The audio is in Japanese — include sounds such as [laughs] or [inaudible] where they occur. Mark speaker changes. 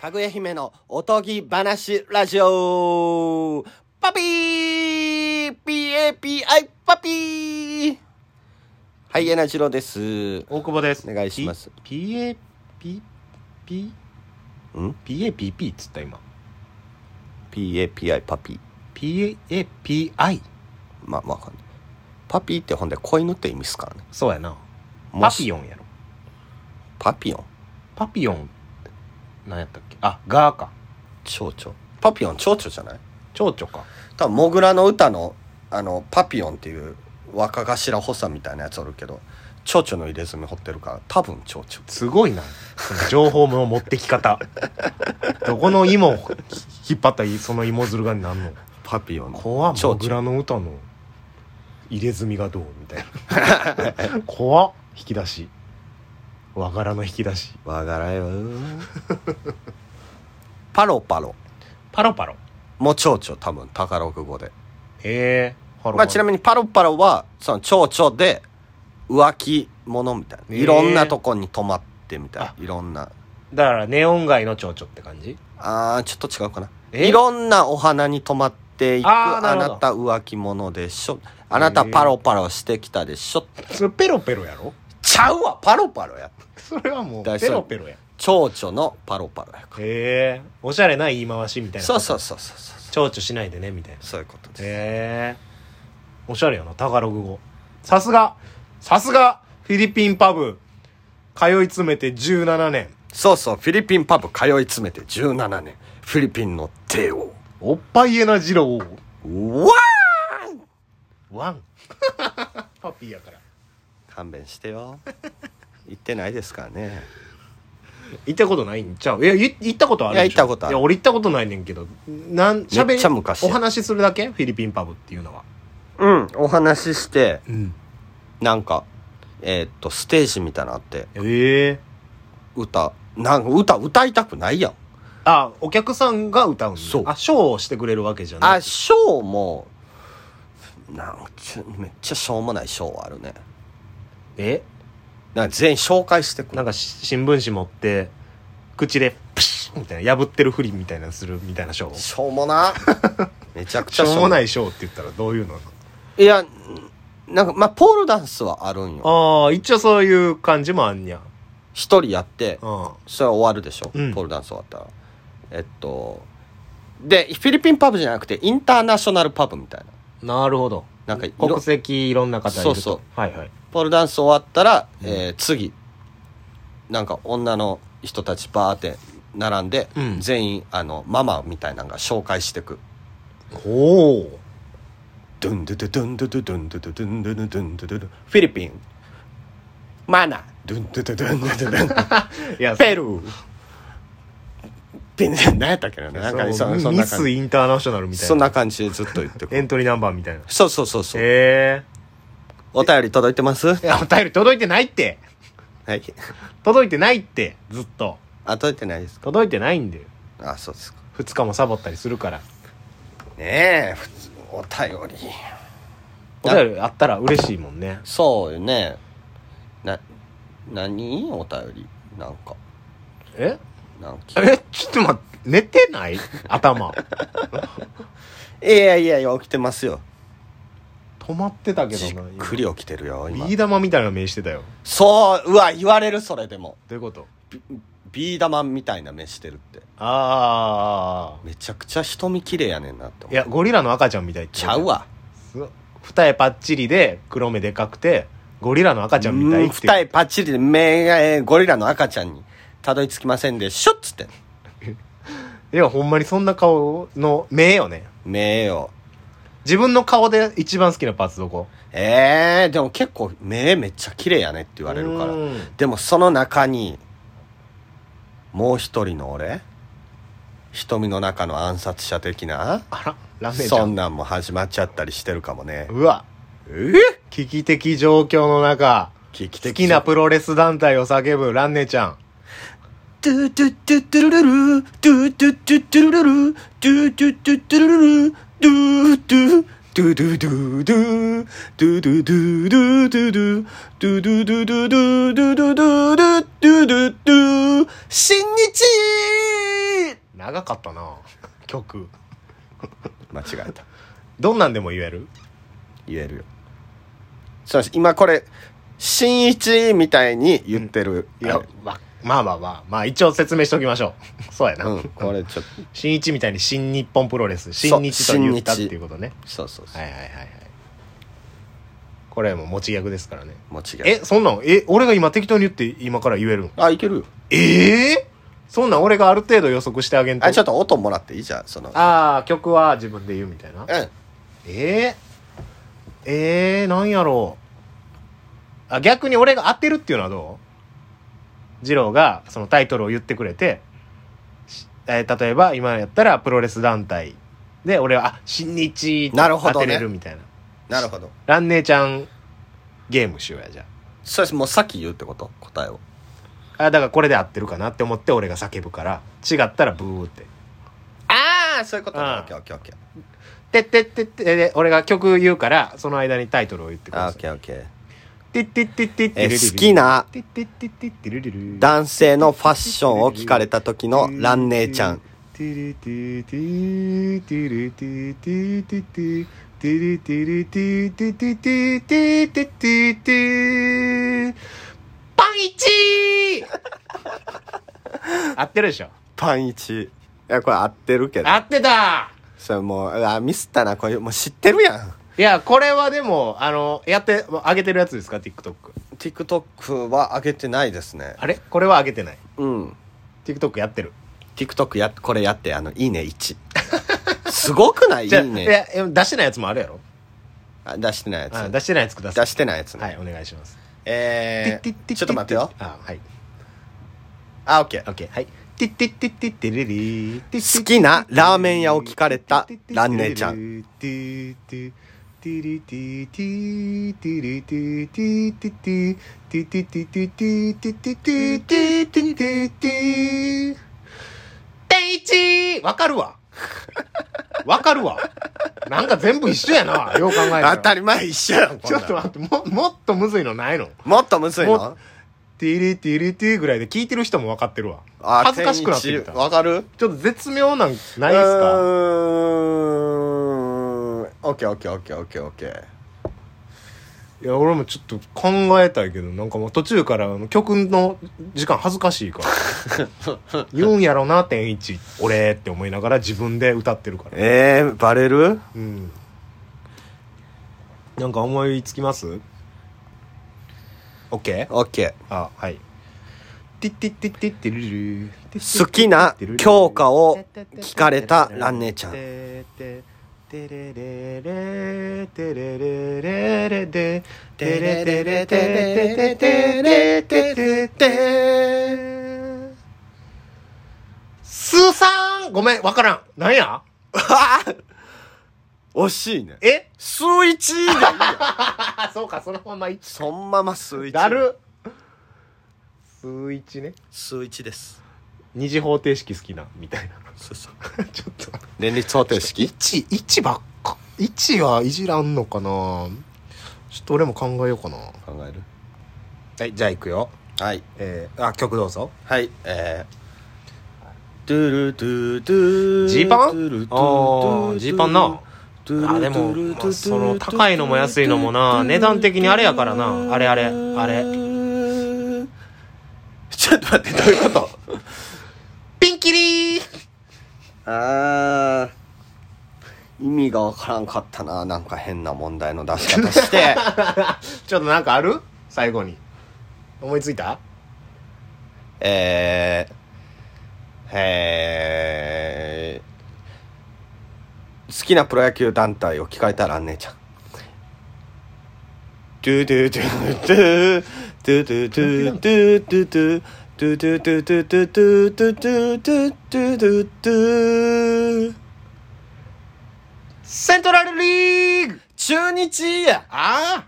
Speaker 1: かぐや姫のおとぎ話ラジオパピー !PAPI パピーはい、えなじろうです。
Speaker 2: 大久保です。
Speaker 1: お願いします。
Speaker 2: P A P P
Speaker 1: ん
Speaker 2: P A P P っつった今。
Speaker 1: ?PAPI パピー。
Speaker 2: P A P I
Speaker 1: まあ、まあわかんない。パピーってほんで子犬って意味っすからね。
Speaker 2: そうやな。
Speaker 1: も
Speaker 2: パ
Speaker 1: し
Speaker 2: ピヨンやろ。
Speaker 1: パピオン
Speaker 2: パピヨンなんやったっけ？あ、ガーか。
Speaker 1: 蝶々。パピオン蝶々じゃない
Speaker 2: 蝶々か。
Speaker 1: 多分モグラの歌のあのパピオンっていう若頭補佐みたいなやつおるけど蝶々の入れ墨掘ってるから多分蝶々
Speaker 2: すごいな。その情報の持ってき
Speaker 1: [laughs]
Speaker 2: 方。どこの芋を引っ張ったらその芋づるがになんの。
Speaker 1: パピオン
Speaker 2: 怖っ
Speaker 1: 蝶
Speaker 2: モ
Speaker 1: 々
Speaker 2: グラの歌の入れ墨がどうみたい
Speaker 1: [laughs]
Speaker 2: な怖っ引き出し和柄の引き出し
Speaker 1: わからんよ [laughs] パロパロ
Speaker 2: パロパロ
Speaker 1: も蝶々多分宝く語で
Speaker 2: へえハロ
Speaker 1: まあちなみにパロパロはその蝶々で浮気者みたいな
Speaker 2: へえ
Speaker 1: いろんなとこに泊まってみたいな
Speaker 2: あ
Speaker 1: いろんな
Speaker 2: だからネオン街の蝶々って感じ
Speaker 1: あーちょっと違うかな
Speaker 2: え
Speaker 1: いろんなお花に泊まっていく
Speaker 2: あ
Speaker 1: あ
Speaker 2: ーなる
Speaker 1: な
Speaker 2: ほど
Speaker 1: た浮気者でしょあなたパロパロしてきたでしょ
Speaker 2: それペロペロやろ
Speaker 1: ちゃうわパロパロや
Speaker 2: それはもう
Speaker 1: だから
Speaker 2: ペロペロや
Speaker 1: 蝶々のパロパロやか
Speaker 2: へえおしゃれな言い回しみた
Speaker 1: ら
Speaker 2: いな
Speaker 1: そうそうそうそうそう
Speaker 2: 蝶々しないでねみたいな
Speaker 1: そういうことです、
Speaker 2: へえおしゃれやな宝具語さすがさすがフィリピンパブ通い詰めて17年
Speaker 1: そうそうフィリピンパブ通い詰めて17年フィリピンの帝王
Speaker 2: おっぱいエナジロー
Speaker 1: うわー
Speaker 2: ワン [laughs] パピーやから
Speaker 1: 勘弁して
Speaker 2: [laughs]
Speaker 1: よ行ってないですからね
Speaker 2: 行ったことないんちゃういやい行ったことあるでしょ
Speaker 1: いや行ったことある
Speaker 2: いや俺行ったことないねんけどなんしゃべ
Speaker 1: めっちゃ昔や
Speaker 2: お話しするだけフィリピンパブっていうのは
Speaker 1: うんお話しして
Speaker 2: うん
Speaker 1: なんかえーっとステージみたいなのあって
Speaker 2: ええ
Speaker 1: 歌なんか歌歌いたくないやん
Speaker 2: あお客さんが歌うんだ
Speaker 1: そう
Speaker 2: あショーをしてくれるわけじゃない
Speaker 1: あ、ショーも、なんかちょめっちゃしょうもないショーあるね。
Speaker 2: え
Speaker 1: なんか全員紹介してくる。
Speaker 2: なんかし新聞紙持って口でプシッみたいな破ってるふりみたいなのするみたいなショー
Speaker 1: しょうも
Speaker 2: [laughs]
Speaker 1: な。めちゃくち
Speaker 2: し
Speaker 1: ゃ。
Speaker 2: ょうもないいショーって言ったらどういうの
Speaker 1: いや、なんか、まあ、ポールダンスはあるんよ。
Speaker 2: ああ一応そういう感じもあんにゃ
Speaker 1: 一人やって、
Speaker 2: うん
Speaker 1: それは終わるでしょ。
Speaker 2: うん
Speaker 1: ポールダンス終わったら。えっと、で、フィリピンパブじゃなくて、インターナショナルパブみたいな。
Speaker 2: なるほど
Speaker 1: なんかいろ
Speaker 2: 国籍いろんな方いると
Speaker 1: そうそう
Speaker 2: はいはい
Speaker 1: ポールダンス終わったら、
Speaker 2: うん
Speaker 1: えー次なんか女の人たちバーって並んで、
Speaker 2: うん
Speaker 1: 全員あのママみたいなのが紹介してく
Speaker 2: おお
Speaker 1: ドゥンドゥドゥドゥンドゥドゥドゥンドゥドゥドゥンドゥドゥドゥンドゥドゥドゥフィリピンマナドゥンドゥドゥドゥンドゥドゥドゥン
Speaker 2: いや
Speaker 1: ペルーペン何やったっけななんかそ
Speaker 2: そう
Speaker 1: そん
Speaker 2: ミ
Speaker 1: な感
Speaker 2: ス
Speaker 1: じ
Speaker 2: インターナショナルみた
Speaker 1: そ
Speaker 2: い
Speaker 1: ん
Speaker 2: な
Speaker 1: な感じでずっと言ってく
Speaker 2: エ
Speaker 1: る
Speaker 2: ントリーナンバーみたいな
Speaker 1: そうそうそうそう
Speaker 2: へ
Speaker 1: お便り届いてます
Speaker 2: えいやお便り届いてないって
Speaker 1: はい
Speaker 2: 届いてないってずっと
Speaker 1: あ届いてないですか
Speaker 2: 届いてないんだよ
Speaker 1: あそうですか
Speaker 2: 2日もサボったりするから
Speaker 1: ねえ普通お便り
Speaker 2: お便りあったら嬉しいもんね
Speaker 1: そうよねな何お便りなんか
Speaker 2: え
Speaker 1: なんか
Speaker 2: えちょっと待って寝てない頭
Speaker 1: いやいやいや起きてますよ
Speaker 2: 止まってたけ
Speaker 1: じっ
Speaker 2: どな
Speaker 1: くり起きてるよ今
Speaker 2: ビー玉みたいな目してたよ
Speaker 1: そううわ言われるそれでも
Speaker 2: どういうこと
Speaker 1: ビー玉みたいな目してるって
Speaker 2: あ
Speaker 1: めちゃくちゃ瞳綺麗やねんなって
Speaker 2: あい
Speaker 1: 思う
Speaker 2: やゴリラの赤ちゃんみたいって
Speaker 1: ちゃうわ
Speaker 2: すご二重パッチリで黒目でかくてゴリラの赤ちゃんみたいっ
Speaker 1: うん
Speaker 2: て
Speaker 1: 二重パッチリで目がえーゴリラの赤ちゃんにたどり着きませんでしょっつって
Speaker 2: いやほんまにそんな顔の目よね
Speaker 1: 目よ
Speaker 2: 自分の顔で一番好きなパーツどこ
Speaker 1: えー、でも結構目めっちゃ綺麗やねって言われるから
Speaker 2: うん
Speaker 1: でもその中にもう一人の俺瞳の中の暗殺者的な
Speaker 2: あらラーメンちゃ
Speaker 1: そ
Speaker 2: ん
Speaker 1: んなんも始まっちゃったりしてるかもね
Speaker 2: うわ
Speaker 1: え
Speaker 2: 危機的状況の中
Speaker 1: 危機
Speaker 2: 好
Speaker 1: 的
Speaker 2: きなプロレス団体を叫ぶランネちゃん
Speaker 1: ドゥドゥドゥドゥルルルドゥドゥドゥドゥルルルドゥドゥドゥドゥルルルドゥドゥドゥドゥドゥドゥドゥドゥドゥドゥドゥドゥドゥドゥドゥドゥドゥドゥドゥドゥドゥドゥドゥドゥ新日
Speaker 2: 長かったな曲
Speaker 1: 間違えた
Speaker 2: どんなんでも言える
Speaker 1: 言えるよそう今これ新一みたいに言ってる、
Speaker 2: いや、ま、まあまあまあまあ一応説明しておきましょう [laughs] そうやな、
Speaker 1: うんこれちょっと
Speaker 2: 新一みたいに新日本プロレス新日と言ったっていうことね
Speaker 1: そうそうそう、
Speaker 2: はいはいはいはいこれも持ち逆ですからね
Speaker 1: 間違え
Speaker 2: えそんなんえ俺が今適当に言って今から言えるの
Speaker 1: たあいけるよ
Speaker 2: ええそんなん俺がある程度予測してあげんと
Speaker 1: あちょっと音もらっていいじゃんその
Speaker 2: ああ曲は自分で言うみたいな
Speaker 1: うん
Speaker 2: えー、えー、なんやろうあ逆に俺が当てるっていうのはどう二郎がそのタイトルを言ってくれて、しえー例えば今やったらプロレス団体で俺は「あ新日」
Speaker 1: なるほど
Speaker 2: 当
Speaker 1: ね
Speaker 2: てれるみたいな
Speaker 1: なるほど
Speaker 2: 「蘭姉ちゃんゲームしようや」じゃ
Speaker 1: そうですもうさっき言うってこと答えを
Speaker 2: ああだからこれで合ってるかなって思って俺が叫ぶから違ったらブーって
Speaker 1: ああそういうことね
Speaker 2: うん
Speaker 1: オッケーオッケーオッケー
Speaker 2: 「てってってって」で俺が曲言うからその間にタイトルを言ってく
Speaker 1: あ
Speaker 2: だ
Speaker 1: オッ
Speaker 2: さい
Speaker 1: ケーオッケー
Speaker 2: てってってってって
Speaker 1: え
Speaker 2: るるるる
Speaker 1: 好きな
Speaker 2: てってってってってるるる
Speaker 1: 男性のファッションを聞かれた時のラン姉ちゃん。
Speaker 2: パンイチ合ってるでしょ
Speaker 1: パンイチいやこれ合ってるけど
Speaker 2: 合ってた
Speaker 1: それもうあミスったなこれもう知ってるやん
Speaker 2: いや、これはでも、あの、やって、上げてるやつですか ?TikTok。
Speaker 1: TikTok は上げてないですね
Speaker 2: あれこれは上げてない。
Speaker 1: うん
Speaker 2: TikTok やってる。
Speaker 1: TikTok やこれやってあのいいね1 [laughs] すごくないいい
Speaker 2: じゃあい
Speaker 1: ね
Speaker 2: や、いや出してないやつもあるやろ
Speaker 1: あ出してないやつ
Speaker 2: あ出してないやつください
Speaker 1: 出。してないやつね、
Speaker 2: はい、お願いします。
Speaker 1: え
Speaker 2: ティッティッテ
Speaker 1: ー、
Speaker 2: ィッ
Speaker 1: ちょっと待ってよ
Speaker 2: ティッあ、はい。
Speaker 1: あオッケー
Speaker 2: オッケー、はい。ティッティッティッティッティリリ
Speaker 1: 好きなラーメン屋を聞かれたラン姉ちゃ
Speaker 2: ん。ティッティッティリティティティリティティティティティティティティティティティティティティティティ天一わかるわ。わかるわ。なんか全部一緒やな。よう考えたら。
Speaker 1: 当たり前一緒やんこん
Speaker 2: ちょ
Speaker 1: な
Speaker 2: っ
Speaker 1: ん
Speaker 2: と待って、も、もっとむずいのないの
Speaker 1: もっとむずい
Speaker 2: も
Speaker 1: の
Speaker 2: ティリティリティぐらいで聞いてる人も分かってるわ。
Speaker 1: あ
Speaker 2: 恥ずかしくなってきた。
Speaker 1: 天一わかる
Speaker 2: ちょっと絶妙なんないです
Speaker 1: う
Speaker 2: か
Speaker 1: ーんオッケーオッケーオッケーオッケーオッケー
Speaker 2: いや、俺もちょっと考えたいけど、なんかもう途中からあの曲の時間恥ずかしいから。言うんやろな、天一。俺って思いながら自分で歌ってるから。
Speaker 1: えー、バレる
Speaker 2: うん。なんか思いつきます ?OK?
Speaker 1: オッケ
Speaker 2: あ、はい。ティッティッティッティッティルルルティッティッティッティルル
Speaker 1: ー好きな
Speaker 2: ル
Speaker 1: 教科を聞かれたラン姉ちゃん
Speaker 2: スーさんごめん、わからん。なんや
Speaker 1: 惜しいね
Speaker 2: え
Speaker 1: 数一がい [laughs] いや
Speaker 2: あ、そうか、そのまま一。
Speaker 1: そんまま数一
Speaker 2: だる。数一ね。
Speaker 1: 数一です
Speaker 2: 二次方程式好きな、みたいな。
Speaker 1: そうそう
Speaker 2: ちょっと。
Speaker 1: 連立方程式
Speaker 2: 1、1ばっか。1はいじらんのかなちょっと俺も考えようかな。は
Speaker 1: 考える
Speaker 2: い、じゃあ行くよ。
Speaker 1: はい
Speaker 2: えー、あ、曲どうぞ。
Speaker 1: はいえードゥルドゥドゥ
Speaker 2: ジーパン
Speaker 1: ドゥルドゥドゥド
Speaker 2: ああ、
Speaker 1: ゥ
Speaker 2: ジーパンな。
Speaker 1: ドゥルドゥ
Speaker 2: あ、でも、
Speaker 1: ドゥ
Speaker 2: ま
Speaker 1: ドゥ
Speaker 2: あ、その、高いのも安いのもな、値段的にあれやからな。あれあれ、あれ。
Speaker 1: [laughs] ちょっと待ってどういうこと
Speaker 2: ピンキリー
Speaker 1: あー意味がわからんかったななんか変な問題の出し方して
Speaker 2: ちょっとなんかある最後に。思いついた
Speaker 1: えー、えー、好きなプロ野球団体を聞かれたら姉ちゃんドゥドゥドゥドゥドゥドゥドゥドゥドゥドゥドゥドゥドゥドゥドゥドゥドゥドゥドゥドゥ
Speaker 2: セントラルリーグ
Speaker 1: 中日や
Speaker 2: ああ